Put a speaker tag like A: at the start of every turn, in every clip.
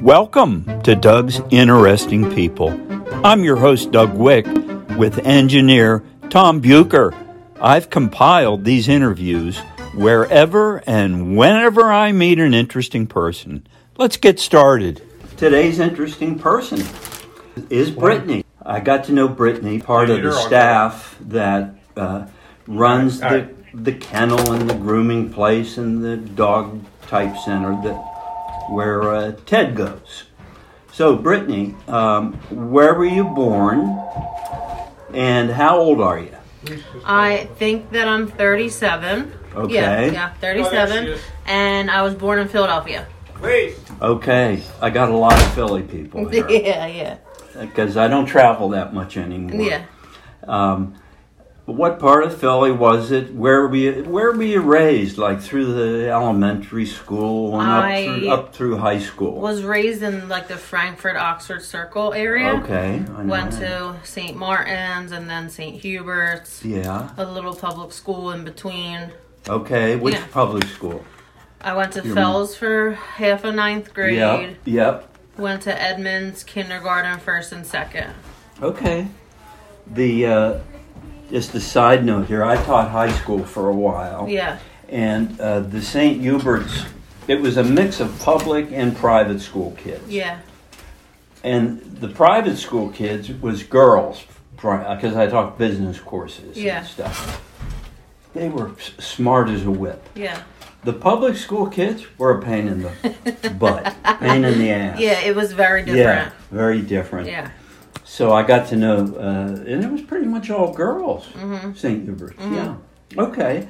A: Welcome to Doug's Interesting People. I'm your host, Doug Wick, with engineer Tom Bucher. I've compiled these interviews wherever and whenever I meet an interesting person. Let's get started. Today's interesting person is Brittany. I got to know Brittany, part of the staff that uh, runs
B: All right, all
A: the, the kennel and the grooming place and the dog type center that where uh, Ted goes. So, Brittany, um, where were you born, and how old are you?
C: I think that I'm 37. Yeah,
A: Okay.
C: yeah,
B: Oh,
C: 37.
B: there she is.
C: and I was born in Philadelphia.
B: Wait.
A: Okay, I got a lot of Philly people here
C: yeah, yeah,
A: because I don't travel that much anymore.
C: yeah.
A: Um, what part of Philly was it? Where were you? Where were you raised? Like through the elementary school and
C: I
A: up, through, up through high school.
C: Was raised in like the Frankfurt Oxford Circle area.
A: okay. I know
C: Went
A: that.
C: to St. Martin's and then St. Hubert's.
A: Yeah.
C: A little public school in between.
A: Okay. Which
C: Yeah.
A: public school?
C: I went to
A: Your-
C: Fells for half of ninth grade.
A: Yep. Yep.
C: Went to Edmonds kindergarten first and second.
A: Okay. The uh, just a side note here. I taught high school for a while,
C: Yeah.
A: and uh, the St. Huberts. It was a mix of public and private school kids,
C: Yeah.
A: and the private school kids was girls because I taught business courses
C: Yeah.
A: and stuff. They were s- smart as a whip.
C: Yeah.
A: The public school kids were a pain in the butt, pain in the ass.
C: Yeah, it was very
A: yeah,
C: different.
A: very different.
C: Yeah.
A: So I got to know, uh, and it was pretty much all girls, St. Hubert's. Yeah. Okay.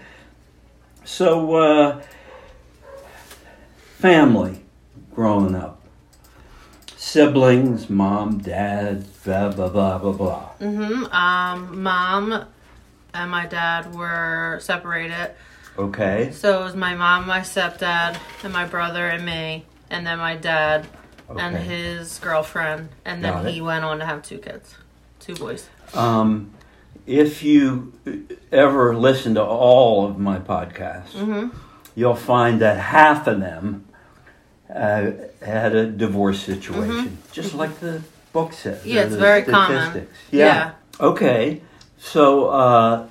A: So, uh, family growing up, siblings, mom, dad, blah, blah, blah, blah, blah.
C: hmm Um, mom and my dad were separated.
A: Okay.
C: So it was my mom, my stepdad, and my brother and me, and then my dad and
A: Okay.
C: his girlfriend, and then
A: Got it.
C: he went on to have two kids, two boys.
A: Um, if you ever listen to all of my podcasts,
C: Mm-hmm.
A: you'll find that half of them uh, had a divorce situation, just like the book says.
C: Mm-hmm. Yeah,
A: or
C: it's
A: the
C: very common.
A: statistics. Yeah. Okay. So, uh,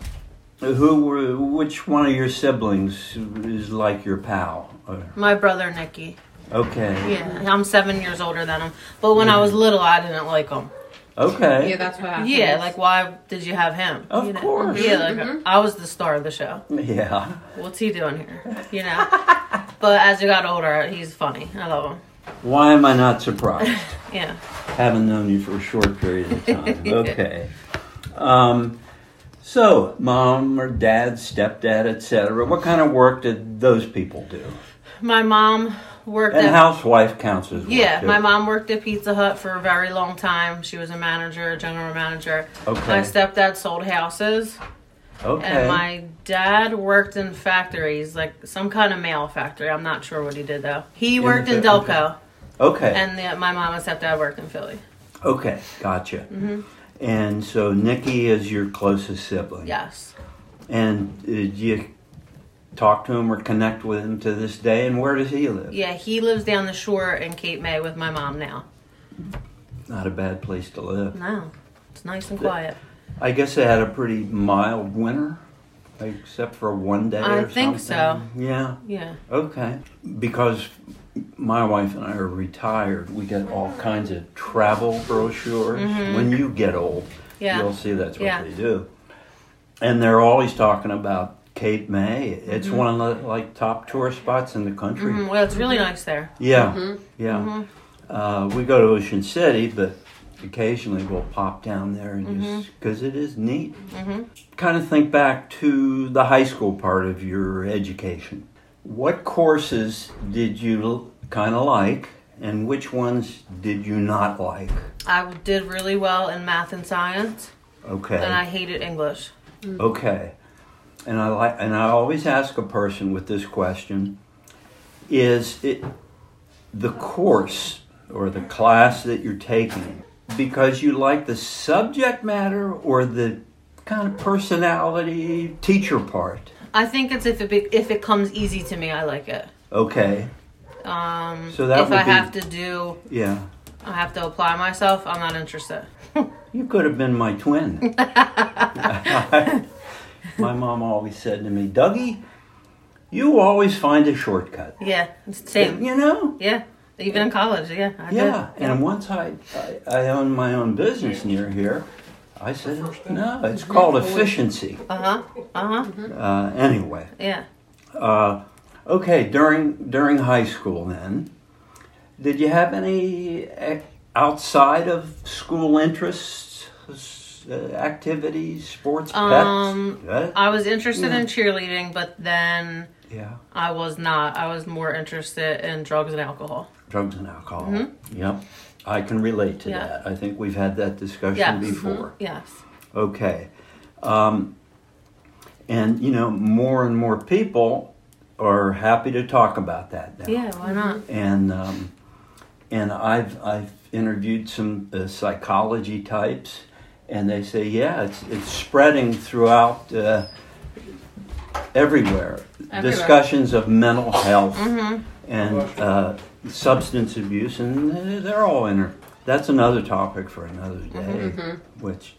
A: who were? Which one of your siblings is like your pal? Or-
C: My brother Nicky.
A: Okay.
C: Yeah, I'm seven years older than him. But when I was
A: Mm-hmm.
C: little, I didn't like him.
A: Okay.
D: Yeah, that's what happened.
C: Yeah, like why did you have him?
A: Of
C: You know? Mm-hmm.
A: course.
C: Yeah, like I was the star of the show.
A: yeah.
C: What's he doing here? You know. but as you got older, he's funny. I love him.
A: Why am I not surprised?
C: Yeah.
A: Haven't known you for a short period of time. Okay. Um, so, mom or dad, stepdad, etc. What kind of work did those people do?
C: My mom worked
A: And
C: at
A: housewife counts as work.
C: yeah.
A: too.
C: My mom worked at Pizza Hut for a very long time. She was a manager, a general manager.
A: Okay.
C: My stepdad sold houses,
A: Okay.
C: and my dad worked in factories, like some kind of mail factory. I'm not sure what he did though.
A: the
C: He worked in
A: fa- okay.
C: Delco,
A: okay.
C: and the, my mom and stepdad worked in Philly.
A: okay. Gotcha.
C: Mm-hmm.
A: And so Nikki is your closest sibling.
C: Yes.
A: And did you talk to him or connect with him to this day? And where does he live?
C: Yeah, he lives down the shore in Cape May with my mom now.
A: Not a bad place to live.
C: No, it's nice and quiet.
A: I guess they had a pretty mild winter, except for one day
C: I
A: or
C: think so.
A: something. Yeah.
C: Yeah.
A: Okay. Because my wife and I are retired, we get all kinds of travel brochures. When you get old,
C: Mm-hmm. Yeah.
A: you'll see that's what
C: Yeah.
A: they do. And they're always talking about Cape May. It's
C: Mm-hmm.
A: one of the like top tourist spots in the country.
C: Mm, well, it's really nice there.
A: Yeah, yeah. Uh, we go to Ocean City, but occasionally we'll pop down there and just because it is neat. Kind of think back to the high school part of your education. What courses did you kind of like, and which ones did you not like?
C: I did really well in math and science,
A: Okay,
C: and I hated English.
A: okay. And I like, and I always ask a person with this question: Is it the course or the class that you're taking because you like the subject matter or the kind of personality teacher part?
C: I think it's if it be, if it comes easy to me, I like it.
A: Okay.
C: Um,
A: So that
C: if I
A: would be-
C: have to do,
A: Yeah.
C: I have to apply myself. I'm not interested.
A: You could have been my twin. my mom always said to me, Dougie, you always find a shortcut.
C: yeah, it's the same.
A: You know?
C: Yeah, even in college. Yeah, I
A: Yeah.
C: did.
A: And once I, I, I owned my own business near here, I said, no, it's called efficiency.
C: Uh huh. Uh huh.
A: Uh, anyway.
C: Yeah.
A: Uh, okay, during during high school, then, did you have any ac- outside of school interests, s- uh, activities, sports, pets?
C: Um,
A: Huh?
C: I was interested in cheerleading, but then
A: yeah,
C: I was not. I was more interested in drugs and alcohol.
A: drugs and alcohol. Yep, I can relate to
C: Mm-hmm. Yeah.
A: that. I think we've had that discussion
C: Yes. mm-hmm.
A: before.
C: Yes.
A: Okay, um, and you know, more and more people are happy to talk about that now.
C: Yeah. Why not?
A: and um, and I've I've interviewed some uh, psychology types, and they say, yeah, it's it's spreading throughout uh, everywhere.
C: Everywhere. Mm-hmm.
A: Discussions of mental health and uh, substance abuse, and they're all inter. That's another topic for another
C: Mm-hmm.
A: day, which.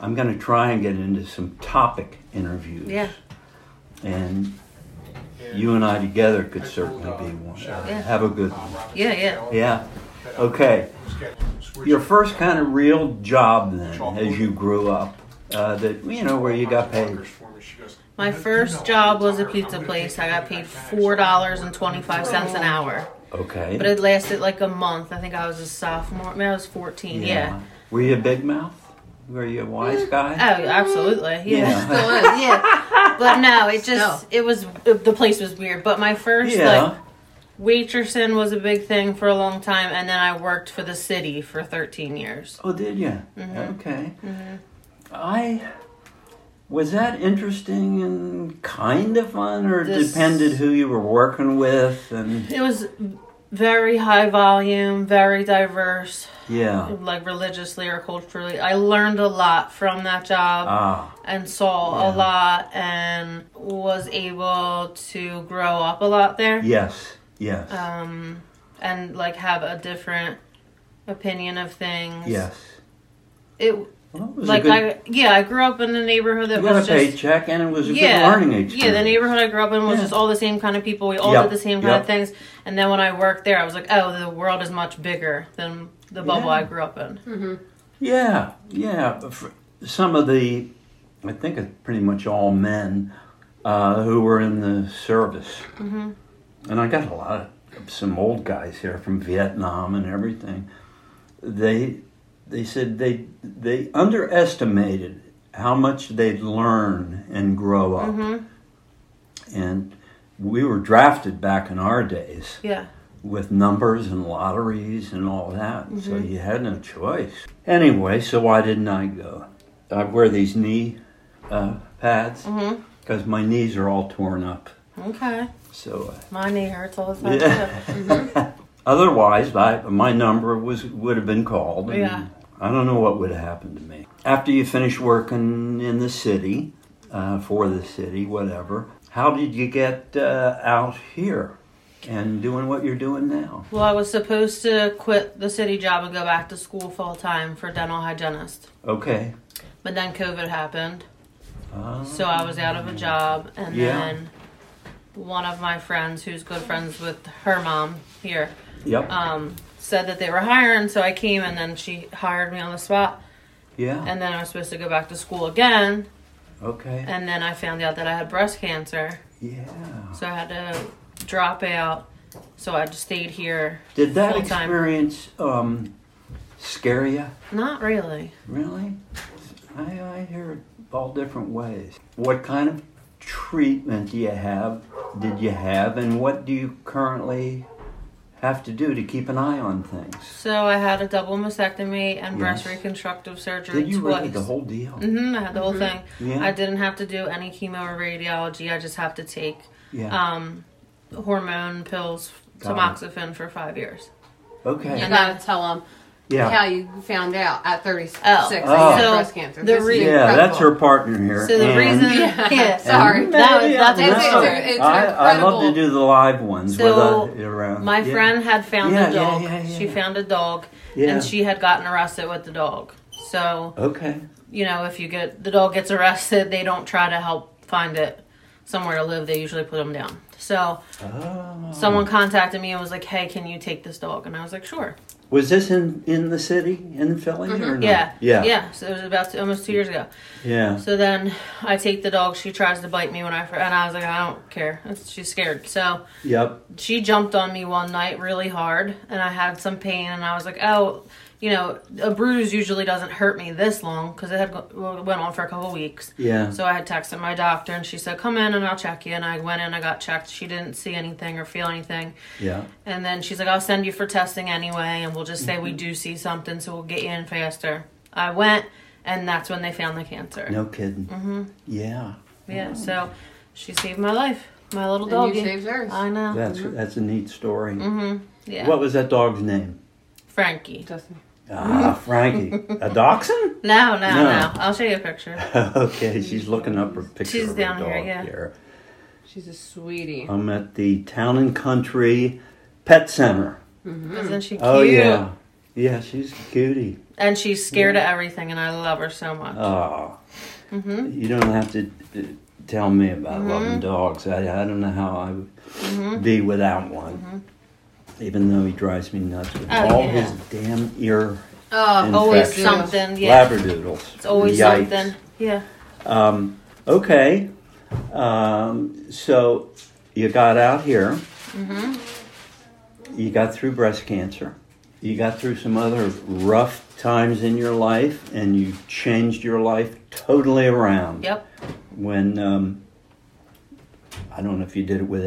A: I'm going to try and get into some topic interviews.
C: Yeah.
A: And you and I together could
B: Cool
A: certainly
B: dog.
A: be one.
B: Yeah.
A: Have a good one.
C: Yeah, yeah.
A: Yeah. Okay. Your first kind of real job then, as you grew up, uh, that you know where you got paid.
C: My first job was a pizza place. I got paid four dollars and twenty-five cents an hour,
A: Okay.
C: but uh, it lasted like a month. I think I was a sophomore. I mean, I was fourteen. Yeah.
A: Were you a big mouth? Were you a wise
C: Oh,
A: guy?
C: absolutely. Yeah.
A: Yeah.
C: yeah. But no, it just it was it, the place was weird. But my first like
A: Yeah.
C: waitressing was a big thing for a long time, and then I worked for the city for thirteen years.
A: Oh, did you?
C: Mm-hmm.
A: Okay. I was that interesting and kind of fun, or
C: This-
A: depended who you were working with, and
C: It was very high volume, very diverse,
A: yeah.
C: like religiously or culturally. I learned a lot from that job.
A: Ah,
C: and saw a
A: Yeah.
C: lot and was able to grow up a lot there
A: yes, yes,
C: um and like have a different opinion of things
A: yes.
C: it
A: Well, it was a
C: like
A: good-
C: i yeah i grew up in a neighborhood that
A: You got a
C: was just
A: paycheck, and it was a
C: yeah,
A: good learning experience.
C: yeah. The neighborhood I grew up in was
A: Yeah.
C: just all the same kind of people. We all
A: Yep,
C: did the same kind of
A: yep.
C: things. And then when I worked there, I was like, oh, the world is much bigger than the bubble
A: Yeah.
C: I grew up in.
A: Yeah, yeah. F- Some of the, I think it's pretty much all men uh, who were in the service, and I got a lot of some old guys here from Vietnam and everything. They they said they they underestimated how much they'd learn and grow up, and we were drafted back in our days
C: Yeah,
A: with numbers and lotteries and all that. So you had no choice. Anyway, so why didn't I go? I wear these knee uh, pads
C: Mm.
A: because my knees are all torn up.
C: Mm-hmm. okay.
A: So
C: My knee hurts all the
A: uh,
C: time.
A: yeah.
C: too.
A: Otherwise, I, my number was would have been called. and
C: Yeah.
A: I don't know what would have happened to me after you finish working in the city uh, for the city, whatever. How did you get uh, out here and doing what you're doing now?
C: Well, I was supposed to quit the city job and go back to school full time for dental hygienist.
A: Okay.
C: But then COVID happened,
A: Uh,
C: so I was out of a job. And
A: Yeah.
C: then one of my friends, who's good friends with her mom here,
A: Yep.
C: um, said that they were hiring. So I came and then she hired me on the spot.
A: yeah.
C: And then I was supposed to go back to school again.
A: okay.
C: And then I found out that I had breast cancer.
A: yeah.
C: So I had to drop out. So I just stayed here.
A: Did that
C: full-time.
A: experience um, scare you?
C: Not really.
A: Really? I, I hear it all different ways. What kind of treatment do you have? Did you have, and what do you currently have to do to keep an eye on things?
C: So I had a double mastectomy and breast
A: Yes.
C: reconstructive surgery
A: Did you
C: twice.
A: really the whole deal?
C: hmm I had the whole thing.
A: Yeah.
C: I didn't have to do any chemo or radiology. I just have to take
A: Yeah.
C: um, hormone pills,
A: Got it.
C: tamoxifen, for five years.
A: okay.
D: You gotta tell them
A: Yeah.
B: how you found out at 36
C: Oh.
B: that you
A: Oh.
B: had
C: So,
B: breast cancer.
C: the
B: This is
C: re-
A: Yeah, that's her
B: incredible.
A: partner here.
C: So the
A: and-
C: reason,
B: Yeah.
A: Um,
C: yeah.
A: and
B: Sorry.
A: maybe
C: That
A: I'm
C: was-
A: Um,
C: that's
A: not.
B: It's- it's- it's
A: I, I love to
B: incredible.
A: do the live ones
C: So,
A: without it around.
C: My
A: Yeah.
C: friend had found
A: Yeah,
C: a
A: yeah,
C: dog.
A: yeah, yeah,
C: she
A: yeah.
C: found a dog,
A: Yeah.
C: and she had gotten arrested with the dog. So
A: Okay.
C: you know, if you get the dog gets arrested, they don't try to help find it somewhere to live. They usually put them down. So
A: Oh.
C: someone contacted me and was like, "Hey, can you take this dog?" And I was like, "Sure."
A: was this in in the city in Philly
B: Mm-hmm.
A: or not?
C: Yeah,
A: Yeah.
C: yeah. So it was about two, almost two years ago.
A: Yeah.
C: So then I take the dog. She tries to bite me when I fir- and I was like, "I don't care." She's scared. So.
A: Yep.
C: she jumped on me one night really hard and I had some pain and I was like, oh, you know, a bruise usually doesn't hurt me this long because it had go- well, it went on for a couple weeks.
A: Yeah.
C: So I had texted my doctor and she said, come in and I'll check you. And I went in, I got checked. She didn't see anything or feel anything.
A: yeah.
C: And then she's like, I'll send you for testing anyway and we'll just say we do see something so we'll get you in faster. I went and that's when they found the cancer.
A: No kidding. Mm-hmm. Yeah.
C: Yeah. So she saved my life. My little
B: Mm. And
C: doggy.
B: you saved hers.
C: I know.
A: That's that's a neat story.
C: Uh-huh. Mm-hmm. yeah.
A: What was that dog's name?
C: Frankie.
B: Justin.
A: Ah, Frankie. a dachshund?
C: No, no,
A: No.
C: no, I'll show you a picture.
A: okay, she's looking up her picture.
C: She's
A: of her
C: down
A: dog
C: here, yeah.
B: She's a sweetie.
A: I'm at the Town and Country Pet Center.
B: Mm.
C: Isn't she cute?
A: Oh yeah, yeah, she's a cutie.
C: And she's scared of everything, and I love her so much.
A: Oh,
C: Mm-hmm.
A: you don't have to uh, tell me about loving dogs. I, I don't know how I would
C: Mm-hmm.
A: be without one. Even though he drives me nuts with
C: Oh,
A: all
C: yeah.
A: his damn ear
B: Oh,
C: always
A: Infection.
C: something, yeah.
A: labradoodles.
C: It's always
A: Yikes.
C: something. Yeah.
A: Um, okay. Um, so you got out here.
C: Mm-hmm.
A: You got through breast cancer. You got through some other rough times in your life, and you changed your life totally around.
C: Yep.
A: When um, I don't know if you did it with AA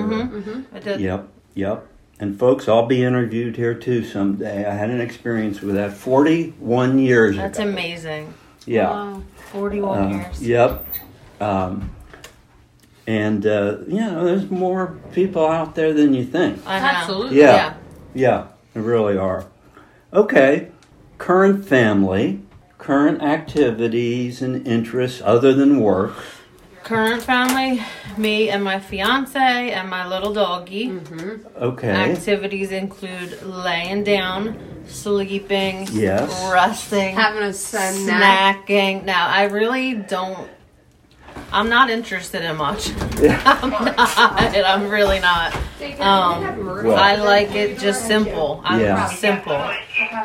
A: or.
B: Mm-hmm.
C: I Mm-hmm. did.
A: Yep, yep. And folks, I'll be interviewed here too someday. I had an experience with that 41 years
C: That's
A: ago.
C: amazing.
A: Yeah.
B: Wow.
C: 41
A: Um,
C: years.
A: Yep. Um, and uh, you know, there's more people out there than you think.
C: I know.
B: Absolutely.
A: Yeah. Yeah, there really are. Okay, current family, current activities and interests other than work.
C: Current family, me and my fiance and my little doggy.
B: Mm. Mm-hmm.
A: Okay.
C: Activities include laying down, sleeping,
A: Yes.
C: resting,
B: Having a sun nap.
C: snacking. Now, I really don't. I'm not interested in much. I'm not. I'm really not.
B: Oh.
C: Um,
A: Well-
C: I like it just simple. I'm
A: Yeah.
C: simple.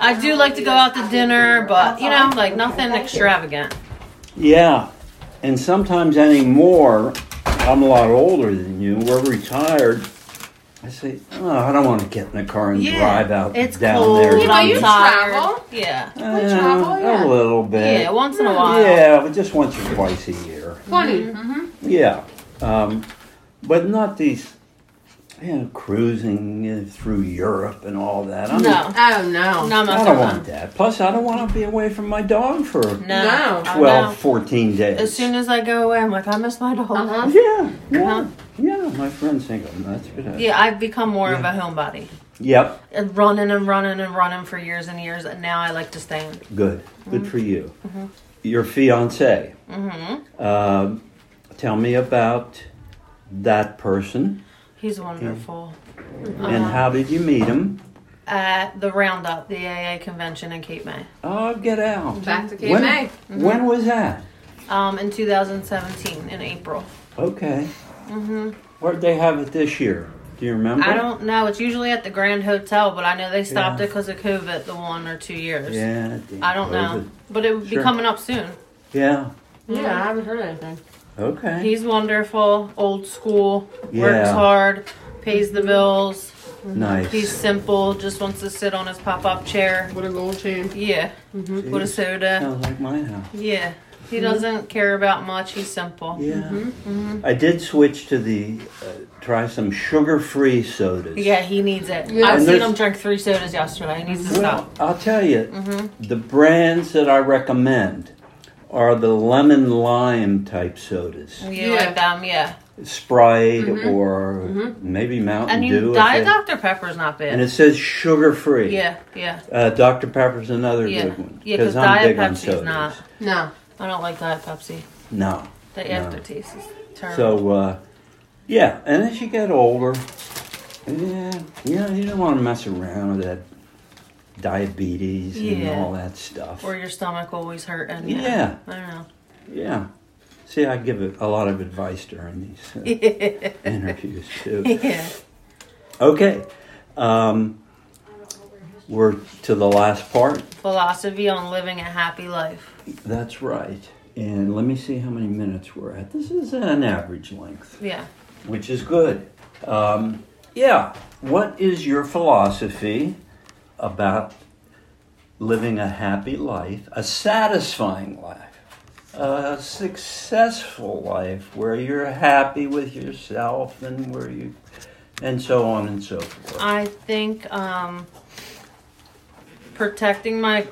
C: I do like to go out to dinner, but you know, like nothing extravagant.
A: Yeah, and sometimes anymore, I'm a lot older than you. We're retired. I say, oh, I don't want to get in the car and drive out
C: it's
A: down
C: cold.
A: there.
B: Yeah, but
C: I'm
B: you
C: tired.
B: travel.
C: Yeah,
A: Uh,
B: travel,
A: A
B: yeah.
A: little bit.
C: Yeah, once in a while.
A: Yeah, but just once or twice a year.
B: Funny.
A: Yeah, um, but not these, you know, cruising uh, through Europe and all that. I'm,
C: no,
B: Oh, no.
C: no, I'm
A: I
C: not
A: don't
C: doing
A: want
C: that.
A: that. Plus, I don't want to be away from my dog for
C: No,
B: No.
C: I know.
A: 12, 14 days.
C: As soon as I go away, I'm like, I miss my dog.
B: Uh-huh.
A: yeah, yeah,
C: Uh-huh.
A: yeah. My friends think I'm nuts for that.
C: Yeah, I've become more of a homebody.
A: Yep.
C: And running and running and running for years and years, and now I like to stay in.
A: Good. Good
C: Mm-hmm.
A: for you. Your fiance. Um, tell me about that person
C: He's wonderful.
A: Mm-hmm. and
C: Uh-huh.
A: how did you meet him?
C: At the Roundup, the AA convention in Cape May,
A: Oh, get out.
B: Back to Cape
A: when,
B: May.
C: Mm-hmm.
A: When was that?
C: um, in 2017 in April. Mm-hmm.
A: Okay. Where'd they have it this year? Do you remember?
C: I don't know. It's usually at the Grand Hotel, but I know they stopped
A: Yeah.
C: it 'cause it because of COVID the one or two years.
A: Yeah.
C: I don't know,
A: COVID.
C: but it would
A: Sure.
C: be coming up soon.
A: Yeah.
B: Yeah, I haven't heard anything.
A: Okay.
C: He's wonderful, old school, works
A: Yeah.
C: hard, pays the bills.
A: nice.
C: He's simple, just wants to sit on his pop-up chair.
B: What a gold chain.
C: Yeah, with a
A: Jeez.
C: soda.
A: Sounds like my house.
C: Yeah. He doesn't care about much. He's simple.
A: Yeah.
C: mm-hmm.
A: I did switch to the uh, try some sugar-free sodas.
C: Yeah, he needs it.
B: Yeah.
C: I've
A: And
C: seen
A: there's-
C: him drink three sodas yesterday. He needs to
A: Well,
C: stop.
A: I'll tell you, the brands that I recommend are the lemon lime type sodas,
C: You
B: Yeah.
C: like them, yeah.
A: Sprite or maybe Mountain
C: Mm-hmm. And
A: Dew.
C: you
A: if
C: Diet
A: they-
C: Dr Pepper's not
A: and
C: bad.
A: it says sugar free.
C: Yeah, yeah,
A: Uh, Dr. Pepper's another
C: Yeah.
A: good one.
C: Yeah, 'cause
A: I'm
C: Diet
A: big on
C: Pepsi's
A: sodas.
C: not.
B: No.
C: I don't like Diet Pepsi.
A: No.
C: The
A: No.
C: aftertaste is terrible.
A: So, uh, yeah, and as you get older, yeah, you know, you don't want to mess around with that diabetes and
C: Yeah.
A: all that stuff.
C: or your stomach always hurting.
A: Yeah.
C: I don't know.
A: yeah. See, I give a, a lot of advice during these
C: Yeah.
A: uh, interviews too.
C: yeah.
A: Okay, um, we're to the last part.
C: Philosophy on living a happy life.
A: That's right. And let me see how many minutes we're at. This is an average length.
C: Yeah.
A: which is good. Um, yeah, what is your philosophy about living a happy life, a satisfying life, a successful life where you're happy with yourself and where you, and so on and so forth?
C: I think um, protecting my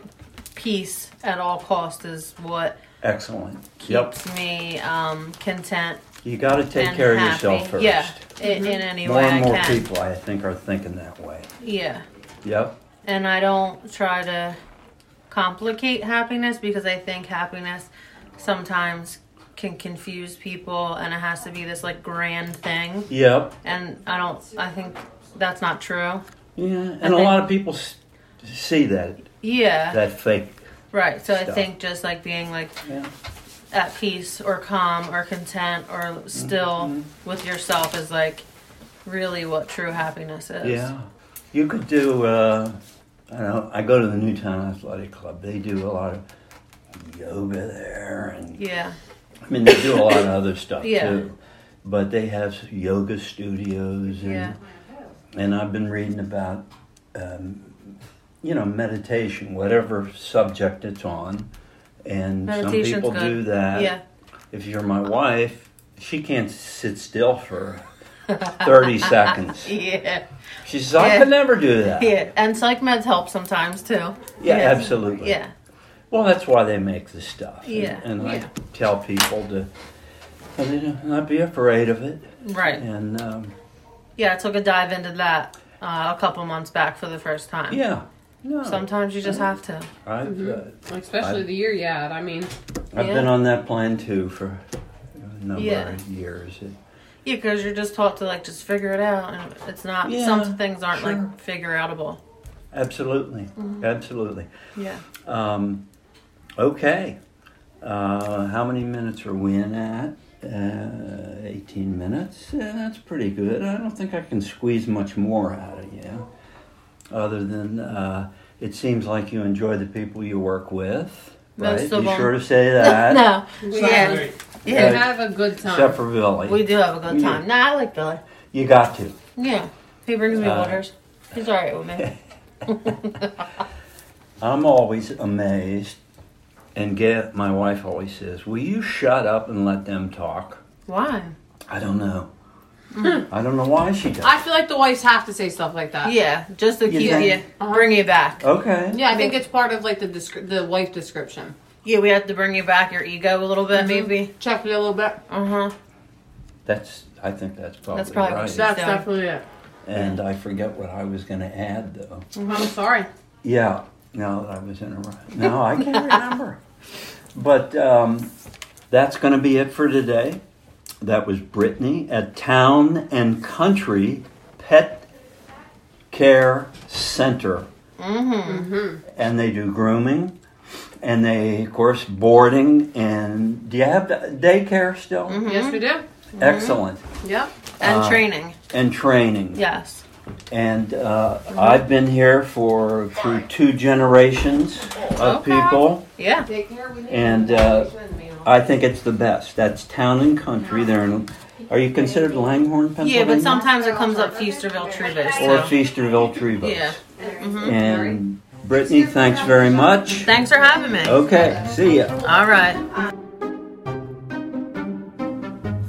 C: peace at all costs is what
A: Excellent. Yep.
C: keeps me um, content
A: You got to take
C: and
A: care
C: happy.
A: of yourself first.
C: Yeah, i- in, any
A: More
C: way
A: and more
C: I can.
A: people, I think, are thinking that way.
C: Yeah,
A: Yep.
C: and I don't try to complicate happiness because I think happiness sometimes can confuse people, and it has to be this like grand thing.
A: Yep.
C: And I don't. I think that's not true.
A: Yeah. And
C: I
A: a
C: think-
A: lot of people s- see that
C: Yeah.
A: that fake.
C: right. So I
A: stuff.
C: think just like being like
A: Yeah.
C: at peace or calm or content or still with yourself is like really what true happiness is.
A: Yeah. You could do, uh, I don't know, I go to the Newtown Athletic Club. They do a lot of yoga there. And,
C: Yeah.
A: I mean, they do a lot of other stuff
C: Yeah.
A: too. But they have yoga studios. And,
C: Yeah.
A: and I've been reading about, um, you know, meditation, whatever subject it's on. And
C: Meditation's
A: some people
C: good.
A: do that.
C: Yeah.
A: If you're my wife, she can't sit still for 30 seconds.
C: Yeah.
A: She says, I
C: Yeah.
A: could never do that.
C: Yeah. And psych meds help sometimes too.
A: Yeah,
C: Yes.
A: absolutely.
C: Yeah.
A: Well, that's why they make the stuff. And-
C: Yeah,
A: And, I
C: yeah.
A: tell people to and they don't- not be afraid of it.
C: Right.
A: And um,
C: Yeah, I took a dive into that uh, a couple months back for the first time.
A: yeah, no.
C: Sometimes you just have to.
A: I've
B: Like, especially
A: I-
B: the year you had. I mean,
A: uh, I've
C: Yeah.
A: been on that plan too for a number
C: Yeah.
A: of years. It-
C: Yeah, because you're just taught to like just figure it out, and it's not.
A: Yeah,
C: some things aren't
A: sure.
C: like figure outable.
A: absolutely,
C: Mm-hmm.
A: absolutely.
C: Yeah.
A: Um, okay, uh, how many minutes are we in at? Uh, 18 minutes. Yeah, that's pretty good. I don't think I can squeeze much more out of you. other than uh, it seems like you enjoy the people you work with. Right?
C: Most
A: you
C: of 'em.
A: sure to say that.
C: no.
B: we
C: Yeah.
B: had- we
A: Yeah.
B: have a good time.
A: Except for Billy.
C: We do have a good
A: Yeah.
C: time. Nah, I like Billy.
A: You got to.
C: Yeah, he brings me
A: Uh,
C: waters. He's alright with me.
A: I'm always amazed, and get my wife always says, "Will you shut up and let them talk?"
C: Why?
A: I don't know.
C: Hmm.
A: I don't know why she does.
D: I feel like the wives have to say stuff like that.
C: Yeah, just to
A: You
C: keep
A: think?
C: you, bring you back.
A: okay.
D: Yeah, I think it's part of like the descri- the wife description.
C: Yeah, we have to bring you back your ego a little bit,
A: Mm-hmm.
C: maybe.
D: Check it a little bit.
C: Uh huh.
A: That's. I think that's probably,
C: That's probably
A: right.
C: what
B: That's
C: Yeah.
B: definitely it.
A: And I forget what I was going to add though.
D: Mm-hmm. I'm sorry.
A: Yeah, now that I was interrupted. No, I can't remember. But um, that's going to be it for today. That was Brittany at Town and Country Pet Care Center. Mm-hmm. And they do grooming. And they, of course, boarding. And do you have daycare still?
D: Yes, we do.
A: Excellent.
D: Yep.
C: And
A: Uh,
C: training.
A: And training.
C: Yes.
A: And uh, I've been here for through two generations of
C: Okay.
A: people.
C: Yeah.
B: Take care. We need
A: And, uh, I think it's the best. That's town and country. They're in, are you considered Langhorne, Pennsylvania?
C: Yeah, but sometimes it comes up Feasterville Trubis.
A: or
C: So.
A: Feasterville Trevose.
C: Yeah. Mm-hmm.
A: And Brittany, thanks very much.
C: Thanks for having me.
A: Okay, see ya.
C: All right.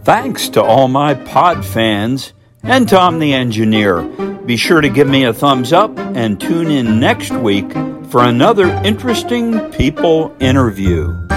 A: Thanks to all my pod fans and Tom the engineer. Be sure to give me a thumbs up and tune in next week for another interesting people interview.